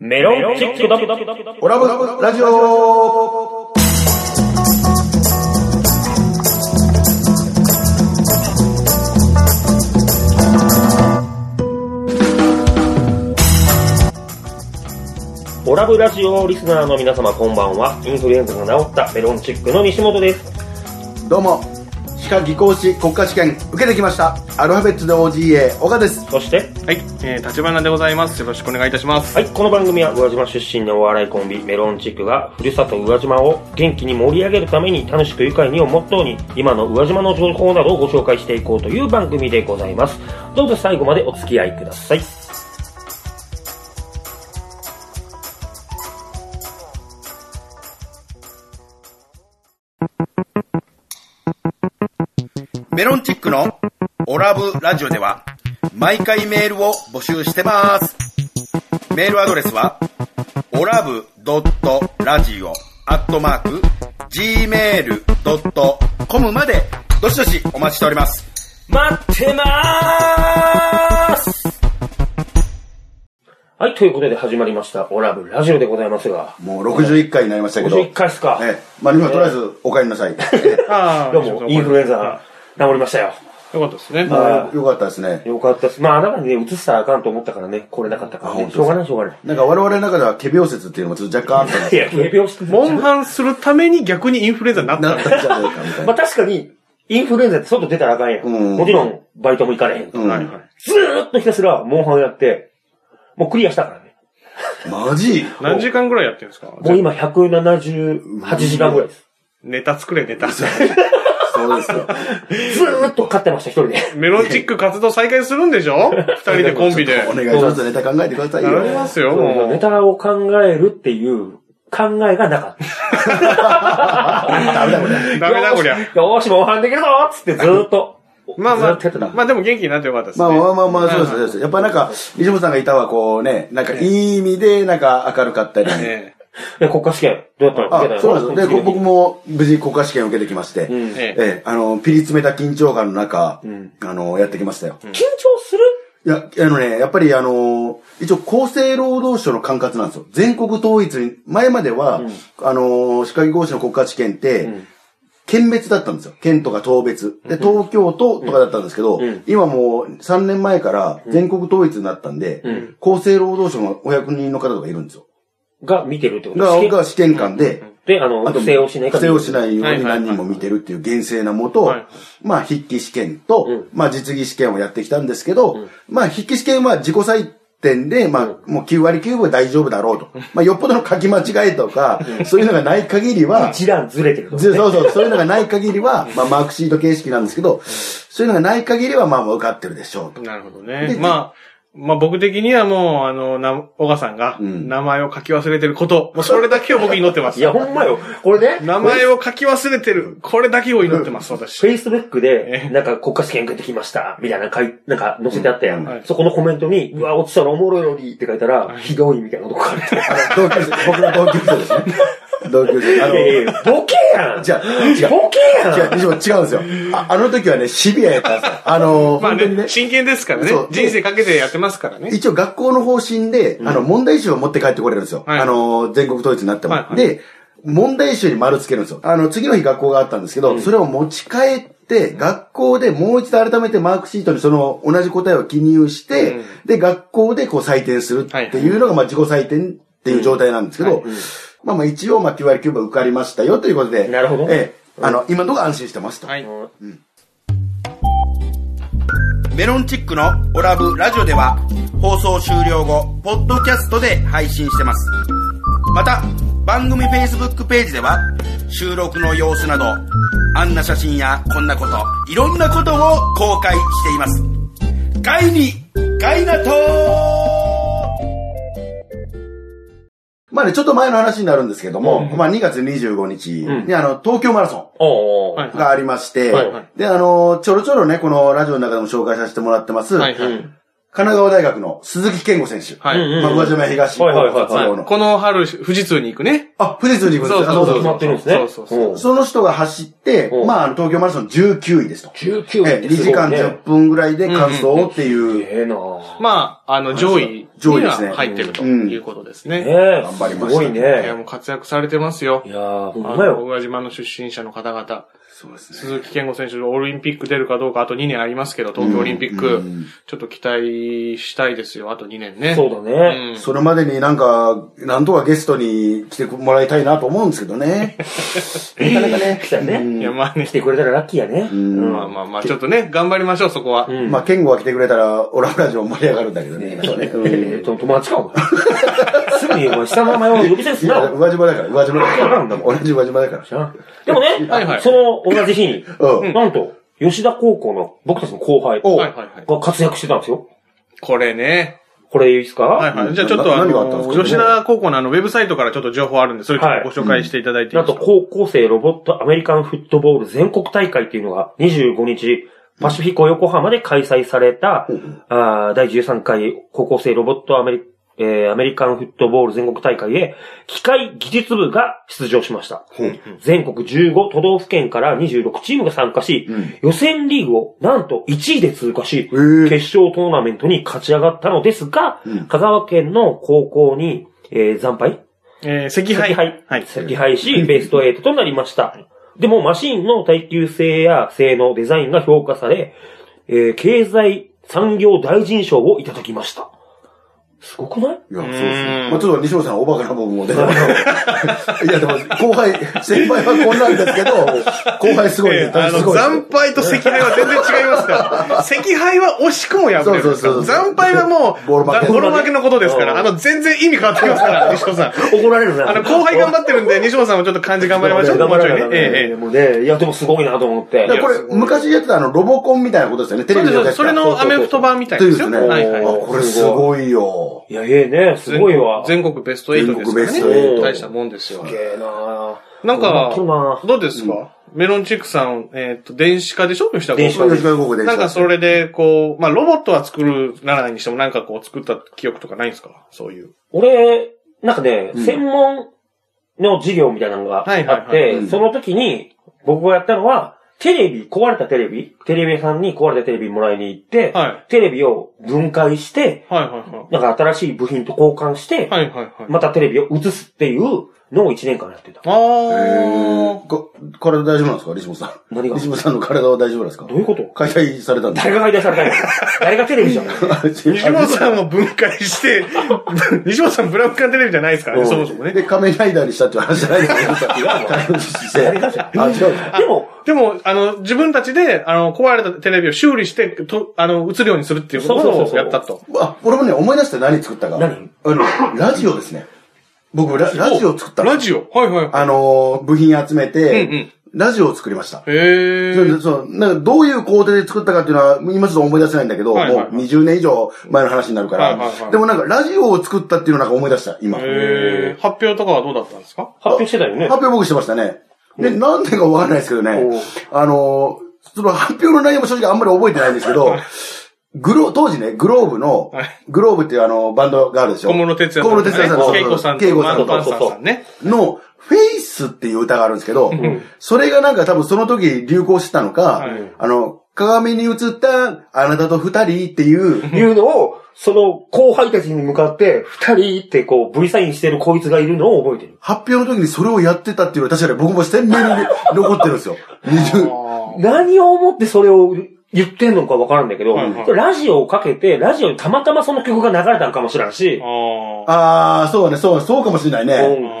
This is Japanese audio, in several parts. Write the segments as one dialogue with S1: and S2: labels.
S1: メロンチックだ。
S2: オラブラジオ
S1: オラブラジオリスナーの皆様こんばんは。インフルエンザが治ったメロンチックの西本です。
S2: どうも歯科技工士国家試験受けてきましたアルファベットで OGA 岡です
S1: そして、
S3: はい、えー、立花でございます。よろしくお願いいたします。
S1: はい、この番組は宇和島出身のお笑いコンビメロンチックが、ふるさと宇和島を元気に盛り上げるために楽しく愉快にをモットーに、今の宇和島の情報などをご紹介していこうという番組でございます。どうぞ最後までお付き合いください。
S4: メロンチックのオラブラジオでは毎回メールを募集してます。メールアドレスはオラブドットラジオアットマーク gmail.com までどしどしお待ちしております。
S1: 待ってまーすはい、ということで始まりました、オラブラジオでございますが、
S2: もう61回になりましたけど
S1: 51回っすか。
S2: ええまあ今とりあえずお帰りなさい、
S3: あ
S1: どうも、インフルエンザ、治りましたよ。
S3: よかったですね。
S2: まあ
S1: は
S2: よかったですね
S1: よかったです。まあ、あなたにね、移したらあかんと思ったからね、これなかったから
S2: あ本
S1: ね。
S2: 当
S1: しょうがない、しょうがない。
S2: なんか我々の中では仮病説っていうのもちょっと若干あったんで す
S1: いや、軽病してる
S3: モンハンするために逆にインフルエンザになった。
S2: なったんじゃないかみたい
S1: ま
S2: な
S1: あ、確かに、インフルエンザって外出たらあかんやん。
S2: うん
S1: もちろん、バイトも行かれへん。
S2: うん
S3: はいはい。
S1: ずーっとひたすら、モンハンやって、もうクリアしたからね。
S2: マジ
S3: 何時間ぐらいやってるんですか
S1: もう今、178時間ぐらいです。
S3: ネタ作れ、ネタ。
S2: そうですよ
S1: ずーっと勝ってました、一人で。
S3: メロンチック活動再開するんでしょ二人でコンビで。
S2: お願いしますネタ考えてください
S3: な
S2: よ
S3: りますよ、
S1: そうそう
S3: も
S1: ネ
S3: う。
S1: タを考えるっていう考えがなかった。
S2: ダメだこ れ
S3: ダメだこりゃ。
S1: よーし、モンハンできるぞーっつってずーっと。
S3: まあま
S1: ずーっとやってた
S3: あ、まあでも元気になってよかったです
S2: まあ
S3: ね。
S2: まあまあまあ、そうです、そうです。やっぱなんか、西本さんがいたはこうね、なんかいい意味で、なんか明るかったり。
S3: え
S1: え、国家試験、どうやったの
S2: あ
S1: 受けた、の
S2: そうなんですよ。で、こ僕
S1: も。
S2: も無事国家試験を受けてきまして、
S1: うん
S3: えええ
S1: 緊
S2: ええ、あの、ピリ詰めた緊張感の中、
S1: ん
S2: あの、やってきましたよ。
S1: 張する
S2: いや、あのね、やっぱりあの、一応厚生労働省の管轄なんですよ。全国統一に、前までは、あの、歯科技工士の国家試験って、県別だったんですよ。県とか東別。で、東京都とかだったんですけど、
S1: ん
S2: 今もう3年前から全国統一になったんで、
S1: ん
S2: 厚生労働省のお役人の方とかいるんですよ。
S1: が見てるってこと
S2: が、
S1: 試験
S2: が試験官で、
S1: で、あの、不正をしないか
S2: 不正をしないよう
S3: はい
S2: に
S3: はいはい
S2: 何人も見てるっていう厳正なもと、
S3: はい
S2: まあ、筆記試験と、
S1: うん
S2: まあ、実技試験をやってきたんですけど、まあ、筆記試験は自己採点で、まあ、もう9割9分大丈夫だろうと。まあ、よっぽどの書き間違えとか、そういうのがない限りは、
S1: 一段ずれてると
S2: ずそうそう、そういうのがない限りは、まあ、マークシート形式なんですけど、そういうのがない限りは、まあ、受かってるでしょうと。
S3: なるほど
S2: で
S3: ね。まあ、まあ僕的にはもう、あの、な、小川さんが、
S2: ん
S3: 名前を書き忘れてること、もうそれだけを僕祈ってます。
S1: いや、ほんまよ。これね、
S3: 名前を書き忘れてる。これだけを祈ってます、私。
S1: Facebook
S3: え
S1: で、なんか国家試験受けてきました、みたいな書い、なんか載せてあったやん。
S3: はい
S1: そこのコメントに、うわ、落ちたらおもろいのにって書いたら、ひどいみたいなとこ書いてある。
S2: あの同級生、僕の同級生です ね。同級生。あ
S1: いやいやボケやん
S2: じゃあ、違う。
S1: ボケやん
S2: 違う、西本違うんですよ。ああの時はね、シビアやったん ですよ。あの、
S3: まあ
S2: 本当にね
S3: ね、。真剣ですからね
S2: そう。
S3: 人生かけてやってますからね。
S2: 一応学校の方針で、あの、問題集を持って帰ってこれるんですよ。
S3: はい
S2: あの、全国統一になっても。
S3: はいはい
S2: で、問題集に丸つけるんですよ。あの、次の日学校があったんですけど、それを持ち帰って、学校でもう一度改めてマークシートにその同じ答えを記入して、
S3: うん
S2: で、学校でこう採点するっていうのが、まあ、自己採点っていう状態なんですけど、まあまあ一応、まあ、9割9分受かりましたよということで、
S1: なるほど
S2: ええ、あの、今のところ安心してますと。
S3: はい。
S4: メロンチックのオラブラジオでは放送終了後、ポッドキャストで配信してます。また、番組 Facebook ページでは収録の様子など、あんな写真やこんなこと、いろんなことを公開しています。ガイに、ガイナトー
S2: まあね、ちょっと前の話になるんですけども、まあ2月25日にあの、東京マラソン。
S1: おー
S3: はい
S2: がありまして、
S3: はいはい
S2: で、あの、ちょろちょろね、このラジオの中でも紹介させてもらってます、
S3: はいは
S1: う
S3: い
S1: ん
S2: 神奈川大学の鈴木健吾選手。
S3: は
S1: うん
S3: い。
S2: まあ、宇和島東
S1: はいはいはい
S2: 活動の。
S3: この春、富士通に行くね。
S2: あ、富士通に行くんで
S3: そ
S2: す
S3: うそうそう
S1: 決まってるんですね。
S3: そうそうそう
S2: その人が走って
S1: う、ん
S2: まああの、東京マラソン19位ですと。
S1: ん19
S2: ええ
S1: って
S2: 2
S1: すご
S2: 時
S1: い
S2: 間
S1: ね
S2: 10分ぐらいで完走っていう、
S1: ええなぁ。
S3: まあ、あの、上位に
S2: 上位ですね
S3: は入ってるということですね。
S1: ねえ、
S2: 頑張りました
S1: すごい
S3: いや、
S1: ね。
S3: もう活躍されてますよ
S1: い。やー、ほ
S3: あ
S1: んま
S3: の、
S1: よ。
S3: 小川島の出身者の方々、
S2: そうですね。
S3: 鈴木健吾選手、オリンピック出るかどうか、あと2年ありますけど、東京オリンピッ
S2: う
S3: ク
S2: ん、
S3: ちょっと期待したいですよ、あと2年ね。
S1: そうだね。
S3: うん
S2: それまでになんか、なんとかゲストに来てもらいたいなと思うんですけどね。なかなかね。
S1: 来たね。
S3: いや、まあね
S1: 来、てくれたらラッキーやね。うん
S3: まあまあまあ、ちょっとね、頑張りましょう、そこは。
S1: うん
S2: まあ、健吾が来てくれたら、オラフラジオ盛り上がるんだけどね。そうね。うん
S1: えーと、友達か、お前。 すぐにお前、下の名前を呼び捨てす
S2: い
S1: な。
S2: や、
S1: お
S2: 宇
S1: 前
S2: 和島だから、宇和島だ
S1: なんだ
S2: か
S1: も
S2: ら。同じ宇和島だから。
S1: 知らんでもね、
S3: はいはい
S1: その同じ日に、
S2: うん。
S1: なんと、吉田高校の僕たちの後輩
S2: お
S3: はいはいはい。
S1: が活躍してたんですよ。
S3: これね。
S1: これいいですか
S3: はいはい。じゃあちょっと
S2: な
S3: あ
S2: 何があったんで
S3: の、
S2: すか
S3: 吉田高校のあの、ウェブサイトからちょっと情報あるんで、それちょっとご紹介していただいていい
S1: なん
S3: です
S1: と、
S3: か、
S1: 高校生ロボットアメリカンフットボール全国大会っていうのが25日、パシフィコ横浜で開催された、あー第13回高校生ロボットアメリ,、えーアメリカンフットボール全国大会へ、機械技術部が出場しました。全国15都道府県から26チームが参加し、
S2: うん
S1: 予選リーグをなんと1位で通過し、
S2: ー
S1: 決勝トーナメントに勝ち上がったのですが、
S2: うん
S1: 香川県の高校に、えー惨敗
S3: えー、赤
S1: 赤
S3: 敗。
S1: 敗
S3: はい。
S1: 惜敗し、ベスト8となりました。でも、マシンの耐久性や性能、デザインが評価され、えー経済産業大臣賞をいただきました。すごくない
S2: いや、そうです
S3: う
S2: ね
S3: ん。
S2: まあちょっと西本さん、おバカな部分も出たけ ど。いや、でも、後輩、先輩はこんなんですけど、後輩すごい
S3: え
S2: ね。
S3: ーあ
S2: す
S3: の、
S2: ごいです
S3: 惨敗と赤敗は全然違いますから。赤敗は惜しくも敗れる。
S2: そうそうそう
S3: 惨敗はもう、
S2: ボロ負け
S3: ボロ負けのことですから、あの、全然意味変わってきますから、西尾さん。
S1: 怒られるな。
S3: あの、後輩頑張ってるんで、西尾さんもちょっと漢字頑張りましょう。
S1: 頑張らな
S3: も
S1: い
S3: ちろんねええええ
S1: もうね、いや、でもすごいなと思って。
S2: だからこれ、昔やってたあの、ロボコンみたいなことですよね。テ
S3: そ
S2: レ
S3: う
S2: ビ
S3: で
S2: ですや
S3: そ
S2: っ
S3: う
S2: て
S3: です。それ
S2: た
S3: のアメフト版みたいですよ。
S2: というですね
S3: はいはい
S2: あ。これすごいよ。
S1: いや、ええね、すごいわ。
S3: 全国ベスト8ですからね。
S2: 全国ベ
S1: スト8
S3: 大したもんですよ。
S1: すげえな
S3: なん
S1: 頑
S3: か
S1: 張っ、
S3: どうですか、メロンチックさん、えっ、と、電子化でしょ吉田高校
S1: 電子化
S2: 吉川高校でした
S3: なんかそれで、こう、まあ、ロボットは作るならないにしても、なんかこう、作った記憶とかないんですかそういう。
S1: 俺、なんかね、専門の授業みたいなのが
S3: はい
S1: あ
S3: はい
S1: っ
S3: はい
S2: うん
S1: て、その時に僕がやったのは、テレビ、壊れたテレビ、テレビ屋さんに壊れたテレビもらいに行って
S3: は、
S1: テレビを分解して、
S3: はいは
S1: なんか新しい部品と交換して
S3: い、はい。はいはいはい。
S1: またテレビを映すっていうのを1年間やってた。
S3: あー。
S2: こ体大丈夫なんですか西本さん。
S1: 何が
S2: 西本さんの体は大丈夫なんですか
S1: どういうこと
S2: 解体されたんです
S1: 誰が配出され たんや誰がテレビじゃん。
S3: 西
S2: か
S3: 本さんも分解して、 西本さんブラウン管テレビじゃないですからね、そもそもね。
S2: で、仮面ライダーにしたっていう話じゃないです か。あ、違う。
S1: でも、
S3: でも、あの、自分たちで、あの、壊れたテレビを修理して、と、あの、映るようにするっていうこ
S1: そうそうそう
S3: と
S1: そ
S3: をや
S1: う
S3: ったと。
S2: あ、俺もね、思い出して何作ったか。
S1: 何
S2: あの、ラジオですね。僕ラ、ラジオ作ったの
S3: ラジオはいはい。
S2: あのー、部品集め
S3: うんうん
S2: て、ラジオを作りました。
S3: へ
S2: それ
S3: ー
S2: でそう、なんかどういう工程で作ったかっていうのは、今ちょっと思い出せないんだけど、もう
S3: はいはいはい
S2: 20年以上前の話になるか
S3: はいはいは
S2: ら、
S3: い
S2: でもなんかラジオを作ったっていうのなんか思い出した、今。発
S3: へー発表とかはどうだったんですか
S1: 発表してたよね。
S2: 表僕してましたね。で、なんでかわかんないですけど
S1: お
S2: ね
S1: う、
S2: あのー、その発表の内容も正直あんまり覚えてないんですけど、グロ、当時ね、グローブの
S3: はい、
S2: グローブっていうあの、バンドがあるでしょ。
S3: 小室哲
S2: 小
S3: 哉
S2: 室哲哉さん
S3: と
S2: の。
S3: ね恵子さん
S2: 恵
S3: と
S2: 子
S3: マ
S2: さ
S3: ー
S2: ん
S3: ト・
S2: と
S3: パンサーさんね。
S2: の、フェイスっていう歌があるんですけど、それがなんか多分その時流行してたのか、
S3: い
S2: あの、鏡に映ったあなたと二人っていう、
S1: いうのを、その後輩たちに向かって、二人ってこう、V サインしてるこいつがいるのを覚えてる。
S2: 発表の時にそれをやってたっていうのは確かに僕も鮮明に残ってるんですよ。20
S1: 何を思ってそれを言ってんのかわからんだけど、
S3: はいはい
S1: ラジオをかけて、ラジオにたまたまその曲が流れたんかもしれんし、
S3: あ
S2: ああ、そうだね、そう、そうかもしれないね。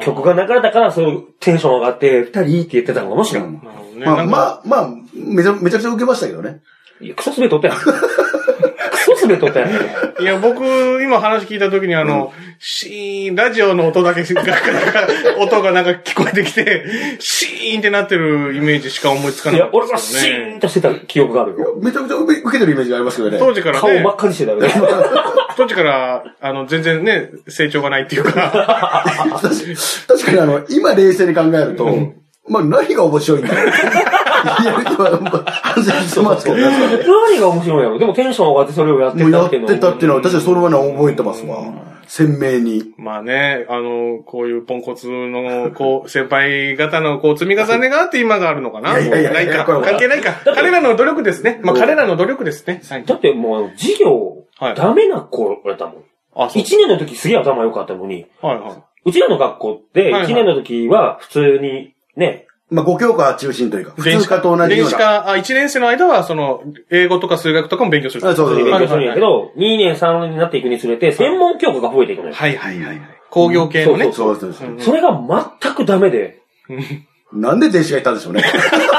S1: うん曲が流れたから、そのテンション上がって、二人って言ってたのかもしれん。
S3: あ。なるほどね。
S2: ま
S3: な
S2: あ、
S3: んか、
S2: まあ、まあ、めちゃめちゃくちゃ受けましたけどね。
S1: いやクソすべとったやん。クソすべとったやん。
S3: いや、僕、今話聞いた時にあの、シーン、ラジオの音だけが、音がなんか聞こえてきて、シーンってなってるイメージしか思いつか
S1: い
S3: なかっ、
S1: や俺
S3: た
S1: は
S3: です
S1: シ
S3: けど
S1: ーン
S3: ね。
S1: としてた記憶があるよ。
S2: めちゃくちゃ受け受けてるイメージがありますけどね。
S3: 当時から
S1: 顔
S3: ね
S1: 真っ、赤にしてたよね。
S3: 当時から、あの、全然ね、成長がないっていうか、
S2: 確かにあの、今冷静に考えると、まあ何が面白いんだろう。やる気は、まあ反省してますけど、ね、
S1: 何が面白いんやろでもテンション上がってそれをやって
S2: もう
S1: た
S2: や
S1: っ
S2: って
S1: いうの
S2: てたっていうのは、確かにそれはね、覚えてますわ。鮮明に。
S3: まあね、あの、こういうポンコツの、こう、先 輩方の、こう、積み重ねがあって今があるのかな。
S2: いやいやいや
S3: ないか。
S2: これは
S3: 関係ないか。彼らの努力ですね。まあ、彼らの努力ですね。はい
S1: だってもう、授業
S3: は、い
S1: ダメな子やったもん。
S3: あ、そう。
S1: 一年の時すげえ頭良かったのに、
S3: はいは
S1: うちらの学校って、
S3: いはい
S1: 一年の時は普通に、ね、
S2: まあ、ご教科中心というか、
S3: い。
S2: 普通科と同じよ
S3: 電
S2: う
S3: 子
S2: な。
S3: 科、あ、1年生の間は、その、英語とか数学とかも勉強する。
S2: あそう
S1: 普
S2: そう
S1: 通に
S2: そう
S1: 勉強するんやけど、2年3年になっていくにつれて、専門教科が増えていくのよ。
S3: はいはいはいはい。工業系のね。
S2: そうそうそう。
S1: それが全くダメで、
S2: なんで電子がいたんでしょうね。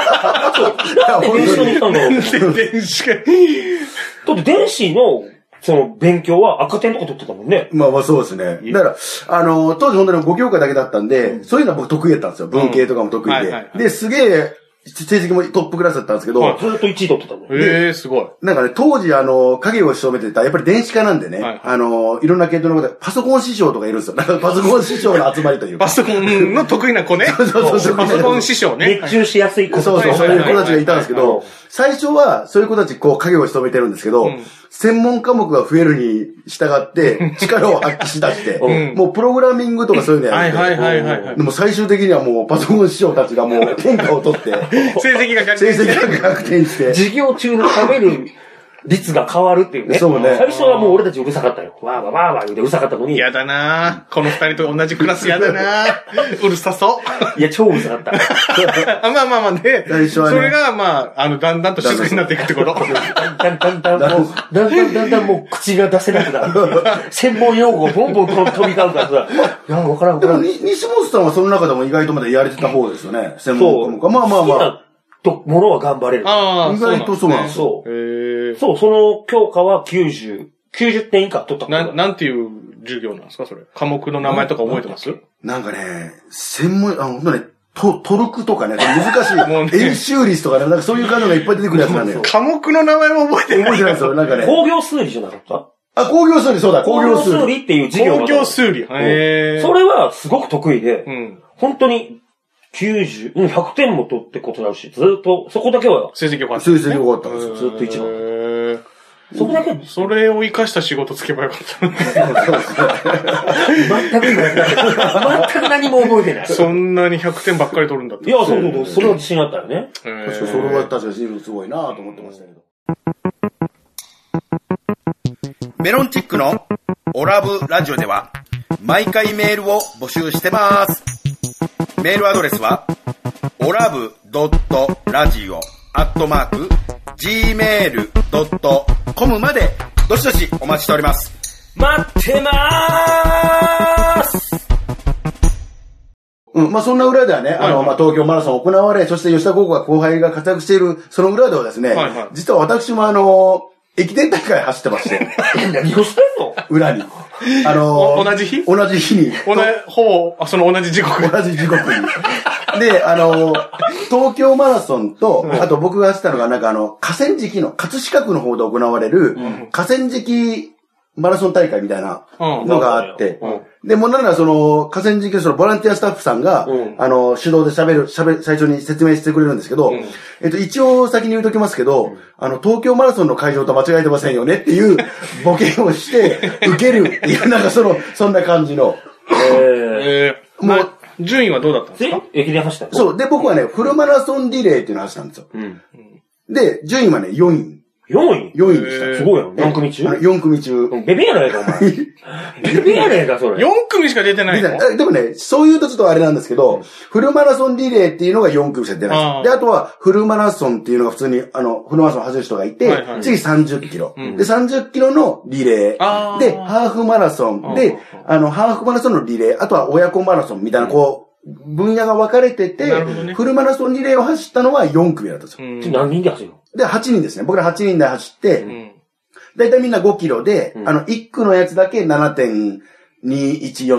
S1: なんで電子科に行ったんだ ろう。
S3: で電子科。
S1: だって電子の、その勉強は赤点とか取ってたもんね。
S2: まあまあそうですね。だから、あの、当時本当に5教科だけだったんで、そういうのは僕得意だったんですよ。文系とかも得
S3: う
S2: 意
S3: んはいはいは
S2: で。
S3: い
S2: で、すげえ、成績もトップクラスだったんですけど、
S1: ずっと1位取ってたもん。
S3: ええ、すごい。
S2: なんかね、当時、あの、影を潜めてた、やっぱり電子化なんでね、
S3: はい
S2: あの、いろんな系統の方で、パソコン師匠とかいるんですよ。なんかパソコン師匠の集まりという
S3: パ
S2: か。
S3: ソコンの得意な子ね。
S2: そうそうそう
S3: パソコン師匠ね。
S1: 熱中しやすい子
S2: そうそう、
S1: とか
S2: そういう子たちがいたんですけ
S1: はいはいはい
S2: ど、最初は、そういう子たち、こう、影を潜めてるんですけど、
S3: ん
S2: 専門科目が増えるに従って、力を発揮し だして、
S1: う
S2: もうプログラミングとかそういうの
S3: は
S2: や
S3: い
S2: る
S3: はいはいはいはい
S2: で。も最終的にはもう、パソコン師匠たちがもう、天下を取 って、
S3: 成績が逆
S2: 成
S3: 転して
S2: 績が逆転して、
S1: 授業中の食べる率が変わるっていうね。
S2: そうね
S1: 最初はもう俺たちうるさかったよ。わーわーわーわー言うてうるさかったのに。いや、
S3: 嫌だなぁこの二人と同じクラス嫌だなぁうるさ そう。
S1: 超うるさかった。
S3: あまあまあまあね。
S2: 最初はね
S3: それが、まあ、あの、だんだんと静かになっていくってこと。
S1: だんだんだんだんもう、だんだんだんだんもう口が出せなくなる。専門用語ボンボン飛び交うからさ。いや、わからんわ
S2: で
S1: から
S2: も、
S1: ん。
S2: に西本さんはその中でも意外とまだやれてた方ですよね。専
S1: そ
S2: 門
S1: う。
S2: 家も。まあまあま
S1: 好き
S2: あ。
S1: なとものは頑張れる。
S3: ああ、
S2: 意外とそうなんですよ。
S1: そ
S3: へ
S1: う。
S3: え。
S1: そう、その教科は90、90点以下取ったこと
S3: な、
S1: が
S3: なんていう授業なんですかそれ。科目の名前とか覚えてます
S2: なんかね、専門、あの、ほんとね、トトルクとかね、難 し
S3: もう
S2: い、
S3: ね
S2: 演習率とかね、なんかそういう感じのがいっぱい出てくるやつなんだよ。
S3: 科目の名前も覚えてない
S2: 覚えて。な いですよ、なんかね。
S1: 工業数理じゃなかった
S2: あ、工業数理、そうだ、工
S1: 工
S2: 業
S1: 業
S2: 数
S1: 数
S2: 理。
S1: 理っていう授業があ
S3: 東
S1: った
S3: 京数理。へえ。
S1: それはすごく得意で、
S3: うん。
S1: 本当に90、うん、100点も取ってことになるし、ずっと、そこだけは、
S3: 成績良かった。
S2: 数理良かったんですよ。
S1: ずっと一番
S3: へえ。
S1: そこだけは
S3: それを活かした仕事つけばよかったな。
S1: 全く今やってない全く何も覚えてない。
S3: そんなに100点ばっかり取るんだって。
S1: いや、そうそうそう、それは自信あったよね。
S3: へ
S2: 確
S3: ー
S2: かにそれは確かに随分すごいなと思ってましたけど。
S4: メロンチックのオラブラジオでは毎回メールを募集してます。メールアドレスはオラブドットラジオアットマーク gmail.com までどしどしお待ちしております。
S1: 待ってまーす
S2: うん、まあそんな裏ではね、あの、まあ東京マラソン行われ、そして吉田高校が後輩が活躍している、その裏ではですね
S3: はいはい、
S2: 実は私もあの、駅伝大会走って まして、
S1: 何をしてんの
S2: 裏に。あの
S3: お同じ日
S2: 同じ日に。
S3: 同じ、ほぼ、あその同じ時刻。
S2: 同じ時刻に。で、あの、東京マラソンと、あと僕が走ったのが、なんかあの、河川敷の、葛飾区の方で行われる、河川敷マラソン大会みたいなのがあって、で、もうなんならその、河川敷のそのボランティアスタッフさんが、あの、手動で喋る、喋る、最初に説明してくれるんですけど、えっと、一応先に言うときますけど、あの、東京マラソンの会場と間違えてませんよねっていうボケをして、受けるっていう、なんかその、そんな感じの。
S3: え
S1: え
S3: ー、
S2: もう
S3: もう、順位はどうだったん
S1: ー、
S3: です
S1: で
S3: か、
S1: 駅伝走ったのう。
S2: そう。で、僕はね、フルマラソンリレーっていうのを走ったんですよ。
S1: ん。
S2: で、順位はね、4位。
S1: 4位
S2: 4位でした。
S3: へー
S1: すごいよ。何組中
S2: あの4組中。
S1: うん ベビやないか、お前。ベビやないか、それ。
S3: ?4 組しか出てない
S2: 出
S3: の
S2: たあでもね、そういうとちょっとあれなんですけど、フルマラソンリレーっていうのが4組しか出ないんです
S3: あ
S2: よ。
S3: ー
S2: で、あとは、フルマラソンっていうのが普通に、あの、フルマラソン走る人がいて、
S3: はいはい
S2: 次30キロ、で、30キロのリレー。
S3: あー
S2: で、ハーフマラソン。で、あの、ハーフマラソンのリレー。あとは親子マラソンみたいな、こう、分野が分かれてて、
S3: なるほどね
S2: フルマラソンリレーを走ったのは4組だったんですよ。
S3: うん
S1: 何人で走るの
S2: で、8人ですね。僕ら8人で走って、
S3: うん
S2: だいたいみんな5キロで、
S1: うん
S2: あの、1区のやつだけ7.214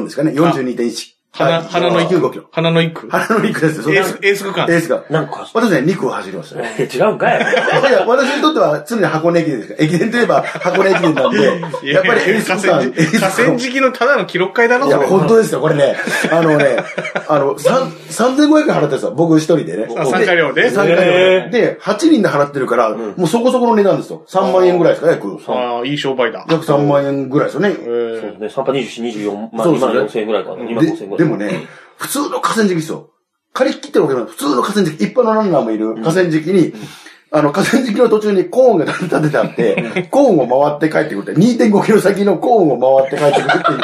S2: ですかね。42.1
S3: 花、花の一
S2: 9 5
S3: 区
S2: キロ。
S3: 花の一区。
S2: 腹の肉ですよ。
S3: エース、エース区間
S2: エ。ースが。
S1: 何個走
S2: 私ね、2区を走りましたね。
S1: 違うんかい。
S2: いや、私にとっては常に箱根駅伝ですから。駅伝といえば箱根駅伝なんで、やっぱりエース区
S3: 河
S2: 間、エー
S3: 川敷河
S2: ス区間
S3: 川敷のただの記録会だろ、
S2: いや、
S3: それ
S2: 本当ですよ、これね。あのね、あの、三3500円払ってたんですよ、僕一人でね。
S3: あ参加料で
S2: 参加料
S1: へー。
S2: でで、8人で払ってるから、もうそこそこの値段ですよ。3万円ぐらいですか、約。
S3: ああ、いい商売だ。
S2: 約3万円ぐらいですよね。
S3: えー
S1: そうですね。3波24、24万、
S2: そう
S1: 2
S2: ですね
S1: 万4千円ぐらいかな。2万5千円ぐ
S2: で
S1: らい。
S2: でもね、普通の河川敷ですよ。借り切ってるわけじゃない。普通の河川敷、一般のランナーもいる河川敷に、あの、河川敷の途中にコーンが立ててあって、コーンを回って帰ってくるって、2.5キロ先のコーンを回って帰ってくるっていう。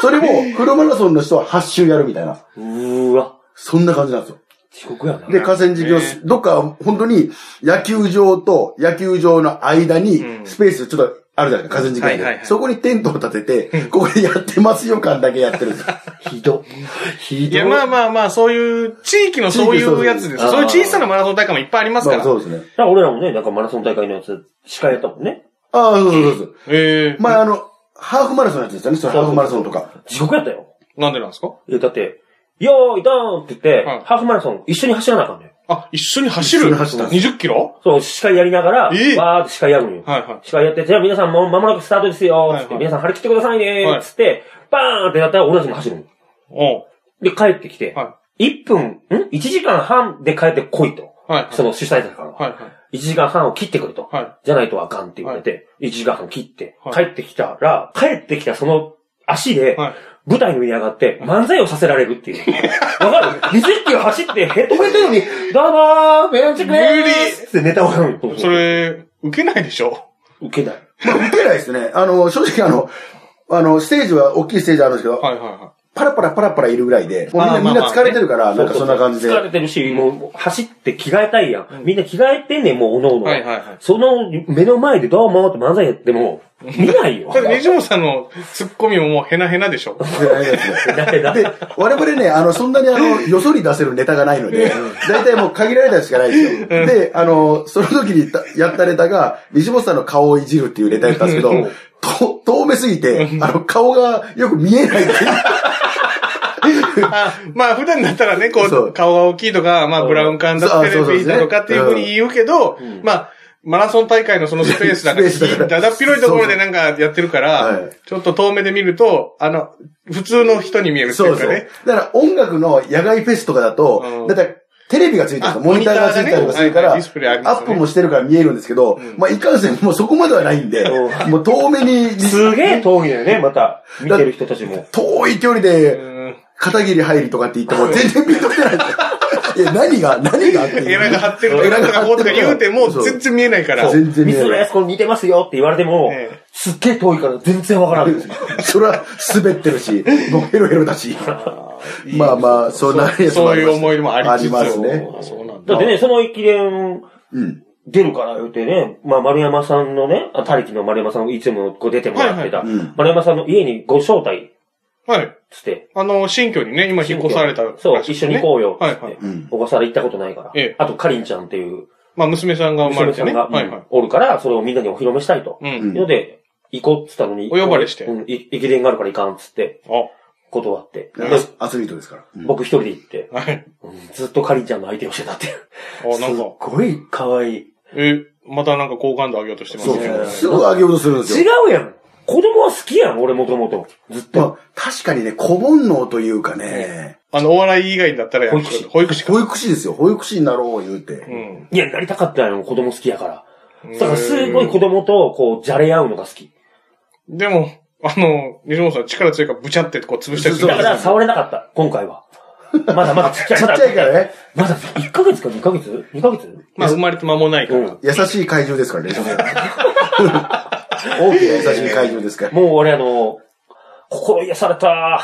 S2: それ も、フルマラソンの人は8周やるみたいな。
S1: うーわ。そ
S2: そんな感じなんですよ。
S1: 地獄やな。
S2: で、河川敷をす、どっか本当に野球場と野球場の間にスペースちょっとあるじゃないですか、河川敷なんで
S3: はいはいはい
S2: そこにテントを立てて、ここでやってますよ感だけやってるんですよ。
S1: ひど。ひ
S3: い
S1: ど。
S3: や、まあまあまあ、そういう、地域のそういうやつです。
S1: 地域
S3: そういう
S1: そうです
S3: 小さなマラソン大会もいっぱいありますか
S2: まあ
S3: ら。
S2: そうですね。
S1: だから俺らもね、なんかマラソン大会のやつ、司会やったもんね。
S2: ああ、そうそうそうそう。
S3: ええ
S2: まあ、あの、ハーフマラソンのやつですよね、そのハーフマラソンとか。
S1: 地獄やったよ。
S3: なんでなんですか
S1: いや、だって、よーい、ドーンって言って、
S3: はい
S1: ハーフマラソン一緒に走らなあかんね
S3: あ、一緒に走
S2: 一緒
S3: る
S2: に走ったんで
S3: ?20 キロ
S1: そう、司会やりながら、わ
S3: ええ
S1: ーって司会やるんよ。
S3: はいは
S1: 司会やって、じゃあ皆さんもう間もなくスタートですよーっつって、
S3: はいはい
S1: 皆さん張り切ってくださいね
S3: は
S1: ー
S3: い
S1: っつって、バーンってやったら俺たちも走るの。
S3: い。おう
S1: で、帰ってきて、
S3: は
S1: 1分、ん ?1 時間半で帰ってこいと。
S3: い。はい。
S1: その主催者から。
S3: はいはい。
S1: 1時間半を切ってくれと。
S3: はい
S1: じゃないとあかんって言われて、1時間半切って、
S3: は
S1: 帰
S3: い
S1: ってきたら、帰ってきたその足で
S3: はい、
S1: 舞台に上がって漫才をさせられるっていう。わかる ?20 キロ走ってヘッ ドヘッドより、どうもー、メロンチックでーすってネタをやるの。
S3: そ、れ、受けないでしょ
S1: 受けない。
S2: まあ、受けないですね。あの、正直あの、あの、ステージは大きいステージあるんですけど、
S3: はいはいは
S2: パラパラパラパラいるぐらいで、もうみん
S3: あ
S2: な
S3: あ
S2: みん
S3: ま
S2: な
S3: あまあ
S2: 疲れてるから、なんかそんな感じで。
S1: 疲れてるし、もう走って着替えたいやん。みんな着替えてんねん、もう、おのお
S3: い。
S1: の。
S3: はいはいはい。
S1: その目の前でどうもーって漫才やっても、見ないよ。
S3: ただ、西本さんのツッコミももうヘナヘナでしょ
S2: でないですね
S1: 誰だ
S2: で、我々ね、あの、そんなにあの、よそに出せるネタがないので、大体もう限られたやつしかないですよ。で、あの、その時にたやったネタが、西本さんの顔をいじるっていうネタやったんですけど、と、遠目すぎて、あの、顔がよく見えないっていう。
S3: あまあ、普段だったらね、こ
S2: そう
S3: う、顔が大きいとか、まあ、ブラウン管だ
S2: そう
S3: とテレビだとかっていうふうに言うけど、まあ、マラソン大会のそのスペースだか、
S2: スペースだから
S3: だ
S2: ら
S3: だっ広いところでなんかやってるか
S2: は
S3: ら
S2: い、
S3: ちょっと遠目で見ると、あの、普通の人に見え るってい
S2: そう
S3: う
S2: そ
S3: か
S2: う。だ
S3: ね。
S2: から音楽の野外フェスとかだ
S3: う
S2: と
S3: ん、
S2: だいたいテレビがついてるんです
S3: あ
S2: よモニターがついたりとかするか
S3: モニターがねはいはい
S2: ら、ア
S3: ディスプレイありますよね
S2: ップもしてるから見えるんですけど、まあいかんせんもうそこまではないんで、もう遠目に、
S1: すげえ遠いのよね、また。見てる人たちも。
S2: 遠い距離
S3: う
S2: で
S3: ん
S2: 片桐入りとかって言っても全然ピンときてないんですよ。いや、何が、何がっていう。
S3: エラが張ってるとか、なんとかこうとか言うても、全然見えないから。
S2: 全然見
S1: 水
S2: え
S1: 野
S2: ない。
S1: 康子に似てますよって言われても
S3: ええ、
S1: すっげえ遠いから全然わからんよ。
S2: それは滑ってるし、もうヘロヘロだし。まあまあ、そんなやつも
S3: そ
S2: あ
S3: う
S2: り
S3: い
S2: ま
S3: う
S2: す
S3: 思い出もあり
S2: あ
S3: つ
S2: り
S3: つ
S2: ますね。
S3: そうなんだ。
S1: だってね、その駅伝
S2: うん。
S1: 出るから言うてね、まあ丸山さんのね、あ他力の丸山さんいつもこう出てもらってた、
S2: はいはいうん
S1: 丸山さんの家にご招待
S3: はい。
S1: つって、
S3: あの、新居にね、今引っ越されたらしいですね
S1: そう、一緒に行こうよ、つ
S3: は
S1: っ
S3: い
S1: て。
S3: はい。
S2: ん
S1: 小笠原行ったことないから。
S3: ええ
S1: あと、かりんちゃんっていう、
S3: まあ、娘さんが生まれ
S1: 娘
S3: て
S1: さん
S3: ね。
S1: が、
S3: はいはい。
S1: おるから、それをみんなにお披露目したいと。
S3: うん。
S1: ので、行こうっつったのに。
S3: お呼ばれして
S1: うん、い駅伝があるから行かんっつって、
S3: あ、
S1: 断って。で
S2: アスリートですから。
S1: 僕一人で行って、
S3: はい。
S1: うんずっとかりんちゃんの相手をしてたっていう。
S3: あ、なん
S1: すっ
S3: か、
S1: ごい可愛い。
S3: え、またなんか好感度上げようとしてます
S2: そう
S3: ね。。
S2: すぐ上げようとするんです
S1: 違
S2: よ。
S1: うやん子供は好きやん、俺もともと。ずっ
S2: ま
S1: と。
S2: あ、確かにね、小煩悩というかね、
S3: あの、お笑い以外だったらやるけど保育士か。
S2: 保育士ですよ。保育士になろう言う
S3: う
S2: て。
S3: ん。
S1: いや、なりたかったよ、子供好きやから。だから、すごい子供と、こう、じゃれ合うのが好き。
S3: でも、あの、西本さん力強いからブチャってこう潰したりする
S1: だから、触れなかった、今回は。まだまだちっちゃい。
S2: ちっちゃいからね、
S1: まだ1ヶ月か2ヶ月 ?2 ヶ月
S3: まあ、生まれて間もないから。
S2: 優しい怪獣ですからね。 大きな優しい怪獣ですから。
S1: もう俺あの、心癒された。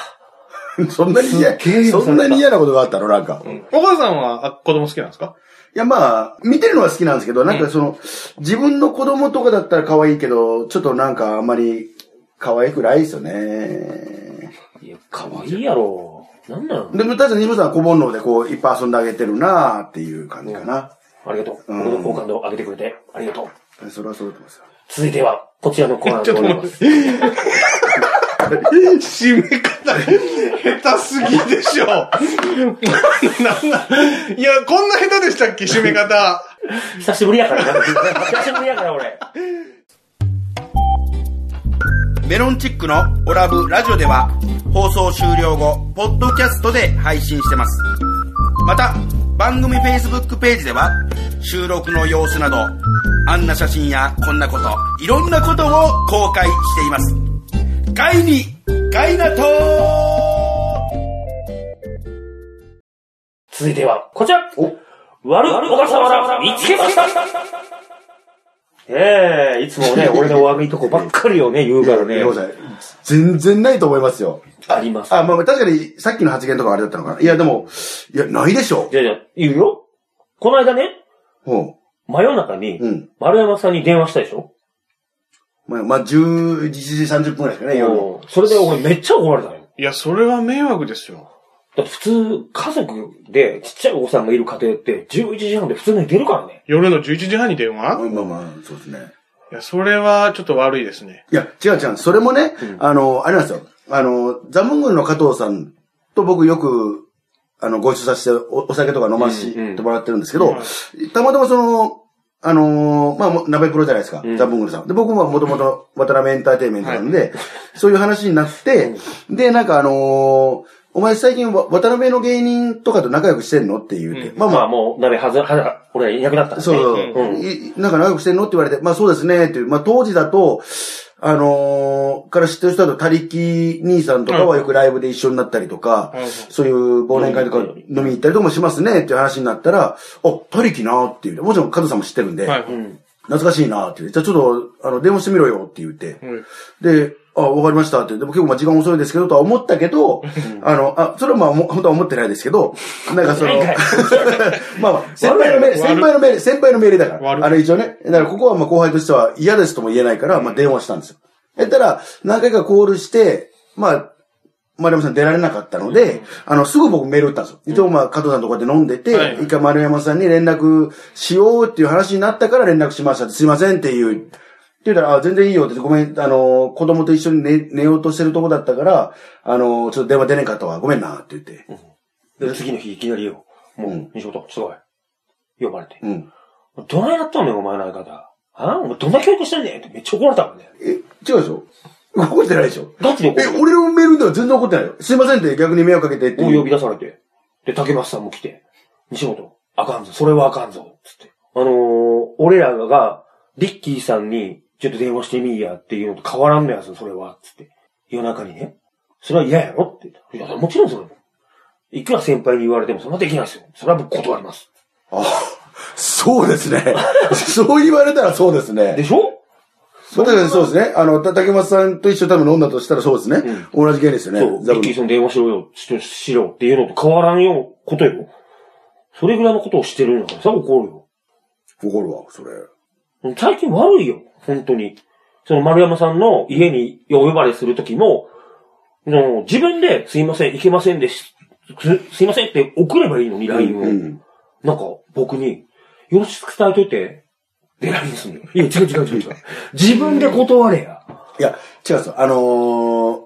S2: そんなに
S1: すっげえ
S2: 嫌、
S1: よ
S2: そんなに嫌なことがあったのなんか。い
S3: お母さんはあ子供好きなんですか
S2: や、まあ、見てるのは好きなんですけど、なんかその、自分の子供とかだったら可愛いけど、ちょっとなんかあんまり可愛くないですよね。
S1: いや、可愛いやろ。なんなん
S2: でも、ただ西本さんは小煩悩でこう、いっぱい遊んであげてるなーっていう感じかな。
S1: ありがとう。俺の好感度を上げてくれて、ありがとう。
S2: それはそうだと思いますよ。
S1: 続いては、こちらのコーナー
S3: ちょっ
S1: でご
S3: と
S1: ざいま
S3: 待っ
S1: す。
S3: て。締め方、下手すぎでし ょ。なんなんいや、こんな下手でしたっけ締め方。
S1: 久しぶりやからな。久しぶりやから俺。
S4: メロンチックのオラブラジオでは放送終了後、ポッドキャストで配信してます。また、番組 Facebook ページでは収録の様子など、あんな写真やこんなこと、いろんなことを公開しています。ガイに、ガイナトー
S1: 続いては、こちら悪小笠原見つけましたええいつも ね、俺の悪いとこばっかりをね、言うからね
S2: ご。めんなさい全然ないと思いますよ。
S1: あります。
S2: あ、まあ確かに、さっきの発言とかあれだったのかな。いや、でも、いや、ないでしょ
S1: じゃあじゃあ言うよ。この間ね、
S2: う。うん。
S1: 真夜中に
S2: うん、
S1: 丸山さんに電話したでしょ、
S2: まあ、まあ、11時30分ぐらいですかね、夜の。
S1: うんそれで俺めっちゃ怒られたのよ。
S3: いや、それは迷惑ですよ。
S1: だって普通、家族でちっちゃいお子さんがいる家庭って11時半で普通寝てるからね。
S3: 夜の11時半に電
S2: ま
S3: 話
S2: あまあまあ、そうですね。
S3: いや、それはちょっと悪いですね。
S2: いや、違う違う。それもね、あの、あれなんですよ。あの、ザムングルの加藤さんと僕よく、あの、ご一緒させてお、お酒とか飲ませてもらってるんですけど、たまたまその、あのーまあも、鍋プロじゃないですか、ザ・ブングルさん。で、僕ももともと渡辺エンターテインメントなんで、そういう話になって、で、なんかあのーお前最近わ渡辺の芸人とかと仲良くしてんのって言うて、まあま
S1: ま
S2: あ
S1: あ、もう鍋はず、はず、俺いなくなったんで
S2: そうそう
S1: うん
S2: いなんか長くしてんのって言われて、まあそうですね、っていう。まあ当時だと、あのーから知ってる人だと、他力兄さんとかはよくライブで一緒になったりとか、
S3: はい
S2: そういう忘年会とか飲みに行ったりとかもしますね、っていう話になったら、あ、他力なーっていう。もちろん加藤さんも知ってるんで、
S3: はい。
S2: 懐かしいなーっていう。じゃあちょっと、あの、電話してみろよって言って。
S3: うん
S2: で、あ、わかりましたって。でも結構まあ時間遅いですけど、とは思ったけど、あの、あ、それはまあ、も本当は思ってないですけど、なんかそ の、 まあまあ、先輩の命令、先輩の命令、先輩の命令だから。
S3: 悪い
S2: あれ一応ね。だからここはまあ後輩としては嫌ですとも言えないから、まあ電話したんですよ。やったら、何回かコールして、まあ、丸山さん出られなかったので、あの、すぐ僕メール打ったんですよ。伊藤、まあ、加藤さんとこで飲んでて、
S3: はい
S2: 一回丸山さんに連絡しようっていう話になったから連絡しましたって。すいませんっていう。って言ったら、あ、全然いいよって、ごめん、あの、子供と一緒に寝、寝ようとしてるとこだったから、あの、ちょっと電話出ねんかったわ。ごめんなって言って。
S1: で次の日いきなりよ。もう、西本、すごい。呼ばれて。
S2: うん。
S1: どないやったのよ、お前の相方。あお前どんな教育してんねんってめっちゃ怒られたもんね。
S2: え、違うでしょ怒ってないでしょ
S1: ガチで怒
S2: え、
S1: られ
S2: 俺のメールでは全然怒ってないよ。すいませんって逆に迷惑かけてって
S1: た。も
S2: いう
S1: う呼び出されて。で、竹松さんも来て。西本、あかんぞ、それはあかんぞ、つって。あのー、俺らが、リッキーさんに、ちょっと電話してみいやっていうのと変わらんのやつ、それは、つって。夜中にね。それは嫌やろって言った。いや、もちろんそれも。いくら先輩に言われても、そんなできないですよ。それは僕断ります。
S2: あ、そうですね。 そう言われたらそうですね
S1: で。しょ
S2: まあ確かにそうですね。あの、た竹松さんと一緒に多分飲んだとしたらそうですね。同じ原理ですよね。
S1: そう、
S2: ザ
S1: リ
S2: ブ
S1: ッ
S2: ン
S1: キーさん電話しろよ、ししろっていうのと変わらんよ、ことよ。それぐらいのことをしてるんだからさ、怒るよ。
S2: 怒るわ、それ。
S1: 最近悪いよ、本当に。その丸山さんの家にお呼ばれするときも、その自分ですいません、いけませんです、すすいませんって送ればいいのに、LINE を。
S2: うん。
S1: なんか、僕に、よろしく伝えといて、で、LINE すんのよ。いや、違う違う違う違う。自分で断れや。
S2: いや、違うんですよ。あのー、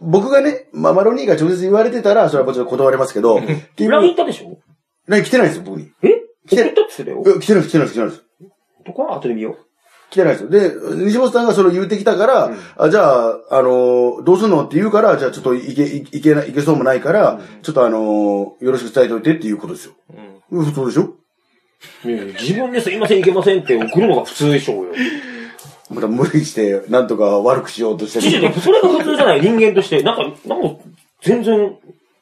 S2: 僕がね、まあ、マロニーが直接言われてたら、それはもちろん断れますけど、君
S1: LINE 行ったでしょ
S2: 何来てないんですよ、僕に。
S1: え
S2: 来て
S1: 送ったっつってたよ。
S2: え来てないです、来てないです、来てないです。
S1: とか、後で見よう。
S2: 来てないですよ。で、西本さんがそれを言ってきたから、あじゃあ、あのーどうすんのって言うから、じゃあちょっといけ、いいけな、いけそうもないから、ちょっとあのーよろしく伝えておいてっていうことですよ。うん、普通でしょ
S1: いやいや自分ですいません、いけませんって送るのが普通でしょうよ。
S2: また無理して、なんとか悪くしようとして
S1: 違う違うそれが普通じゃない、人間として。なんか、なんか、全然、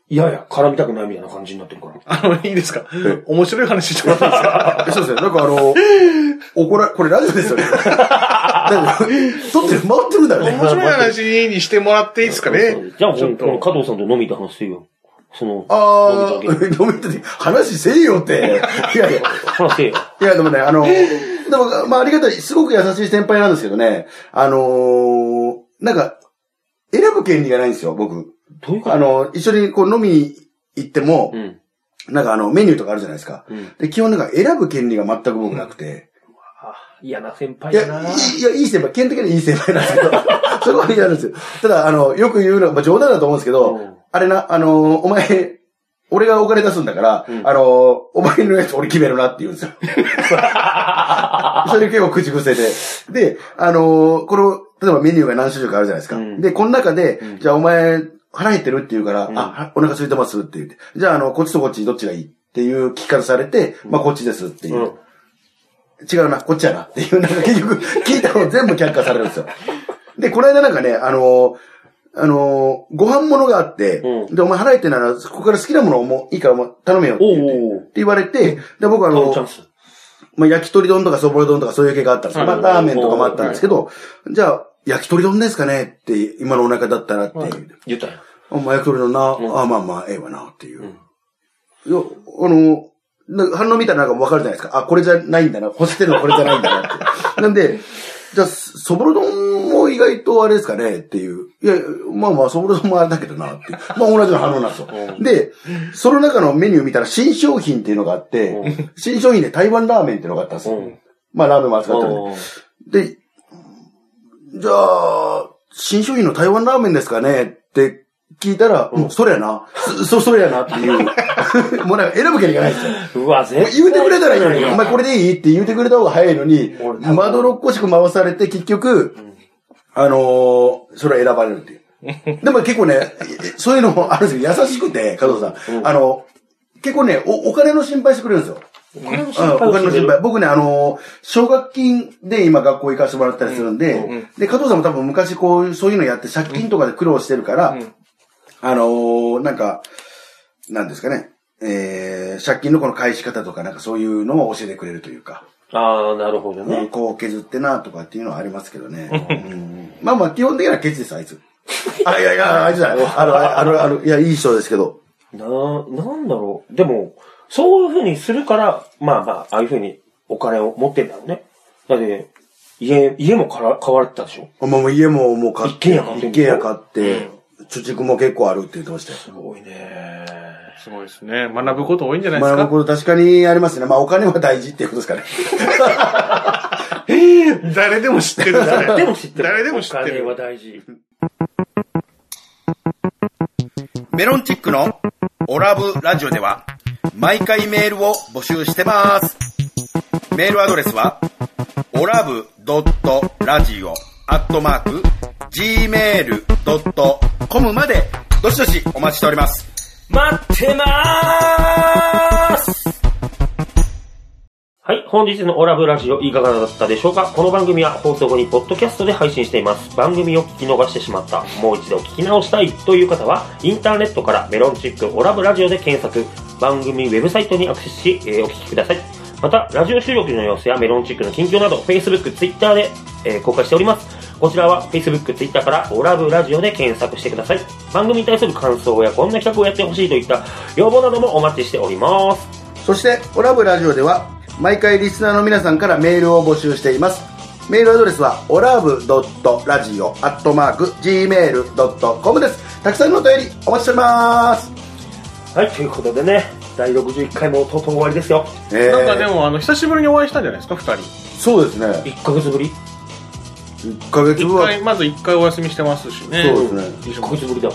S1: いやいや、絡みたくないみたいな感じになってるから。
S3: あの、いいですか面白い話してもらっていいですか
S2: そうですね。なんかあの、怒ら、これラジオですよね。だから撮ってる、回ってるんだよね。
S3: 面白い話にしてもらっていいですかね
S1: じゃあ、
S3: ちょ
S1: こ
S3: っ
S1: の
S3: と。
S1: 加藤さんと飲みと話するよ。その、飲
S2: あ
S1: みとだ
S2: ー、飲みた時、話せえよって。いやいや、
S1: け話せよ。
S2: いやでもね、あの、でも、まあありがたい、すごく優しい先輩なんですけどね、あのーなんか、選ぶ権利がないんですよ、僕。
S1: どういうこ
S2: あ
S1: と
S2: の、一緒にこう飲みに行っても、
S1: うん。
S2: なんかあの、メニューとかあるじゃないですか。
S1: ん
S2: で、基本なんか選ぶ権利が全く僕なくて。
S1: 嫌な先輩
S2: いや、
S1: や
S2: い
S1: な。
S2: いいや、いい先輩、県的にはいい先輩なんですけ ど、そこは嫌なんですよ。ただ、あの、よく言うのは、まあ、冗談だと思うんですけど、
S1: うん
S2: あれな、あの、お前、俺がお金出すんだから、
S1: ん
S2: あの、お前のやつ俺決めるなって言うんです よ。それ結構口癖で。で、あの、この、例えばメニューが何種類かあるじゃないですか。
S1: うん
S2: で、この中で、
S1: うん
S2: じゃあお前、腹減ってるって言うから、
S1: ん
S2: あ、はお腹空いてますって言って。じゃあ、あの、こっちとこっちどっちがいいっていう聞き方されて、まあ、こっちですっていう。
S1: うん。
S2: 違うな、こっちやなっていう、なんか結局、聞いたの全部却下されるんですよ。で、この間なんかね、あのーあのーご飯物があって、
S1: う
S2: で、お前払えてなら、ここから好きなものをもういいからもう頼めよって言って
S1: おうおうおう
S2: って言われて、で、僕はあ
S1: カ
S2: の
S1: チャン、ス。
S2: まあ、焼き鳥丼とかそぼろ丼とかそういう系があったんですけど、
S3: はい
S2: まあ、ラーメンとかもあったんですけど、じゃあ、焼き鳥丼ですかねって、今のお腹だったらっていう。
S1: 言ったよ。
S2: お前焼き鳥丼な、
S1: ん
S2: あまあまあ、ええわなっていう。いや、あの、な反応見たらなんかわかるじゃないですか。あ、これじゃないんだな。干してるのこれじゃないんだなって。 なんで、じゃあ、そそぼろ丼も意外とあれですかねっていう。いや、まあまあ、そぼろ丼もあれだけどなっていう。まあ同じの反応なんですよ。で、その中のメニュー見たら新商品っていうのがあって、新商品で台湾ラーメンっていうのがあったんですよ。
S1: うん
S2: まあラーメンも扱ってるんで
S1: うん
S2: で、じゃあ、新商品の台湾ラーメンですかねって聞いたら、うん、それやな。そ、そそれやなって いう。もうなんか選ぶ権利がないんですよ。
S1: うわ、絶対
S2: 言うてくれたらいいのに、
S1: よ
S2: お前これでいいって言うてくれた方が早いのに
S1: 俺、多分
S2: まどろっこしく回されて結局、あのーそれは選ばれるっていう。でも結構ね、そういうのもあるんですけど、優しくて、加藤さん。あの、結構ねお、お金の心配してくれるんですよ。
S1: お金の
S2: うん
S1: 心
S2: お
S1: 配を
S2: 金の
S1: して
S2: 心
S1: る
S2: 配。僕ね、あのー、奨学金で今学校行かせてもらったりするんで、で、加藤さんも多分昔こう、そういうのやって借金とかで苦労してるから、あのー、なんか、なんですかね、えー、借金のこの返し方とかなんかそういうのを教えてくれるというか、
S1: ああ、なるほど
S2: うん
S1: ね。
S2: こう削ってなとかっていうのはありますけどね。うんまあまあ、基本的にはケチです、あいつ。あ、いやいや、あいつじゃない。あの、あの、あの、いや、いい人ですけど。
S1: な、なんだろう。でも、そういうふうにするから、まあまあ、ああいうふうにお金を持ってんだろうね。だって、家、家もから買われてたでしょ。
S2: まあもう家ももう買っ
S1: 一軒家買ってん
S2: 一
S1: でしょ
S2: 軒家買って、貯蓄も結構あるって言ってましたよ。
S1: すごいね。
S3: すごいですね。学ぶこと多いんじゃないで
S2: ますあ、
S3: か。
S2: これ確かにありますね。まあ、お金は大事っていうことですかね。
S3: 誰でも知ってるそれ
S1: 誰でも知ってる。
S3: 誰でも知ってる
S1: お金は大事。
S4: メロンチックのオラブラジオでは毎回メールを募集してます。メールアドレスはオラブドットラジオアットマーク gmail.com までどしどしお待ちしております。
S1: 待ってまーすはい、本日のオラブラジオいかがだったでしょうかこの番組は放送後にポッドキャストで配信しています。番組を聞き逃してしまった、もう一度聞き直したいという方は、インターネットからメロンチックオラブラジオで検索、番組ウェブサイトにアクセスし、えーお聞きください。また、ラジオ収録の様子やメロンチックの近況など、Facebook、Twitter で、えー公開しております。こちらは Facebook、Twitter からオラブラジオで検索してください。番組に対する感想やこんな企画をやってほしいといった要望などもお待ちしております。
S2: そして、オラブラジオでは、毎回リスナーの皆さんからメールを募集しています。メールアドレスは、オラブドットラジオアットマーク gmail.com です。たくさんのお便りお待ちしております。
S1: はい、ということでね、第61回もとうとう終わりですよ。
S2: えー
S3: なんかでも、あの、久しぶりにお会いしたんじゃないですか、二人。
S2: そうですね。
S1: 1ヶ月ぶり
S2: 1ヶ月
S3: 一
S2: は、
S3: 回、まず一回お休みしてますしね。
S2: そうですね。
S1: ?1 ヶ月ぶりだわ。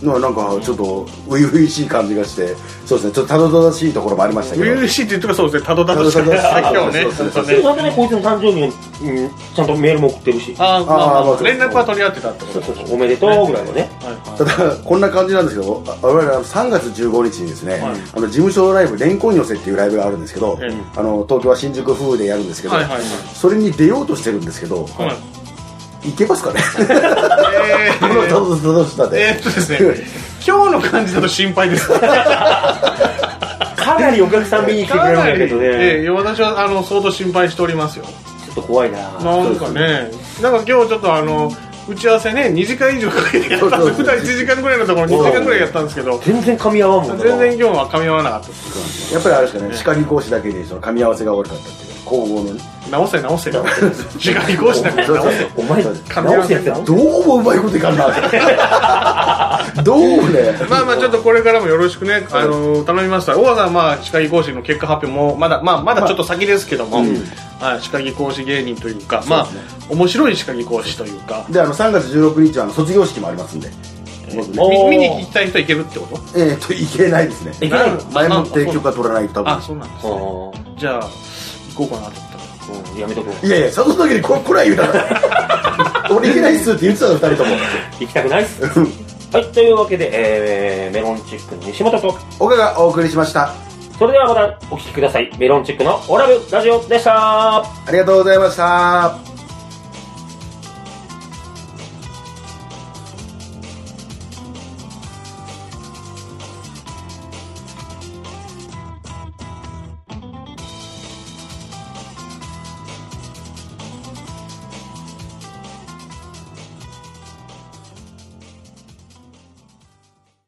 S2: ななんか、ちょっと、初々しい感じがして、そうですね。ちょっとたどたどしいところもありましたけ
S3: 初
S2: ど。
S3: 々しいって言ってもそうですね、たどたどしかった
S2: たど
S3: 今
S2: たどし
S3: 日ね、
S2: いそ
S3: 本
S2: うそ
S3: 当
S2: う
S1: で
S3: ね
S1: も。なんかね、こいつの誕生日に、うんちゃんとメールも送ってるし。
S3: あーまあ
S2: あーま
S3: ま
S2: あ
S3: あ、連絡は取り合ってたってこと
S1: そう
S3: で
S1: そうそうおめでとうぐらいのね。
S2: ただ、こんな感じなんですけど、あ我々は3月15日にですね、
S3: はい
S2: あの事務所のライブ、レンコン寄せっていうライブがあるんですけど、
S3: ええ
S2: あの東京は新宿風でやるんですけど、
S3: はいはいはい
S2: それに出ようとしてるんですけど、
S3: はい。
S2: い、けますかね
S3: え
S2: この
S3: ー
S2: どうぞどうぞした
S3: え
S2: で
S3: ーっとですね、今日の感じだと心配です。か
S1: かなりお客さん見に来てくれるんだけど
S3: え
S1: ね。
S3: ー私は、あの、相当心配しておりますよ。
S1: ちょっと怖いな
S3: なんかね、なんか今日ちょっとあの、打ち合わせね、2時間以上かけてやったん
S2: そう
S3: で
S2: そう
S3: す。
S2: そう
S3: 普段1時間ぐらいのところ2時間ぐらいやったんですけど、
S1: 全然噛み合わんもんな
S3: 全然今日は噛み合わなかったです。
S2: やっぱりあれですかね、歯科技講師だけにその噛み合わせが悪かったっていう、工房のね。
S3: 直せ直せ。時間移行しなきゃ
S2: そう
S3: 直
S2: そう
S3: せ。
S1: お前、
S3: 噛み合
S1: 直
S3: わ
S1: せ
S3: せ
S1: やってた
S2: どうもうまい こといかんなってどうね。
S3: まあまあちょっとこれからもよろしくね、あの頼みますわ。大和さんはまあ、歯科医講師の結果発表も、まだ、まあまだちょっと先ですけども、はい、歯科技講師芸人というか、まあ、面白い歯科技講師というか、
S2: で、あの、3月16日はあの卒業式もありますんで。
S3: み見に行きたい人はいけるってこと
S2: えっと、いけないですね。
S1: いけないの
S2: 前もって許可取らないと多
S3: あ、
S2: 分。
S3: そうなんですね。
S1: あ
S3: じゃあ、行こうかなと思ったら。
S1: ーうんやめとこう
S2: いやいや、その時にこ こら言うたら。俺いけないっすって言ってたの、二 人とも。
S1: 行きたくないっすはいというわけで、えー、メロンチックの西本と
S2: 岡がお送りしました。
S1: それではまたお聴きくださいメロンチックのオラブラジオでした
S2: ありがとうございました。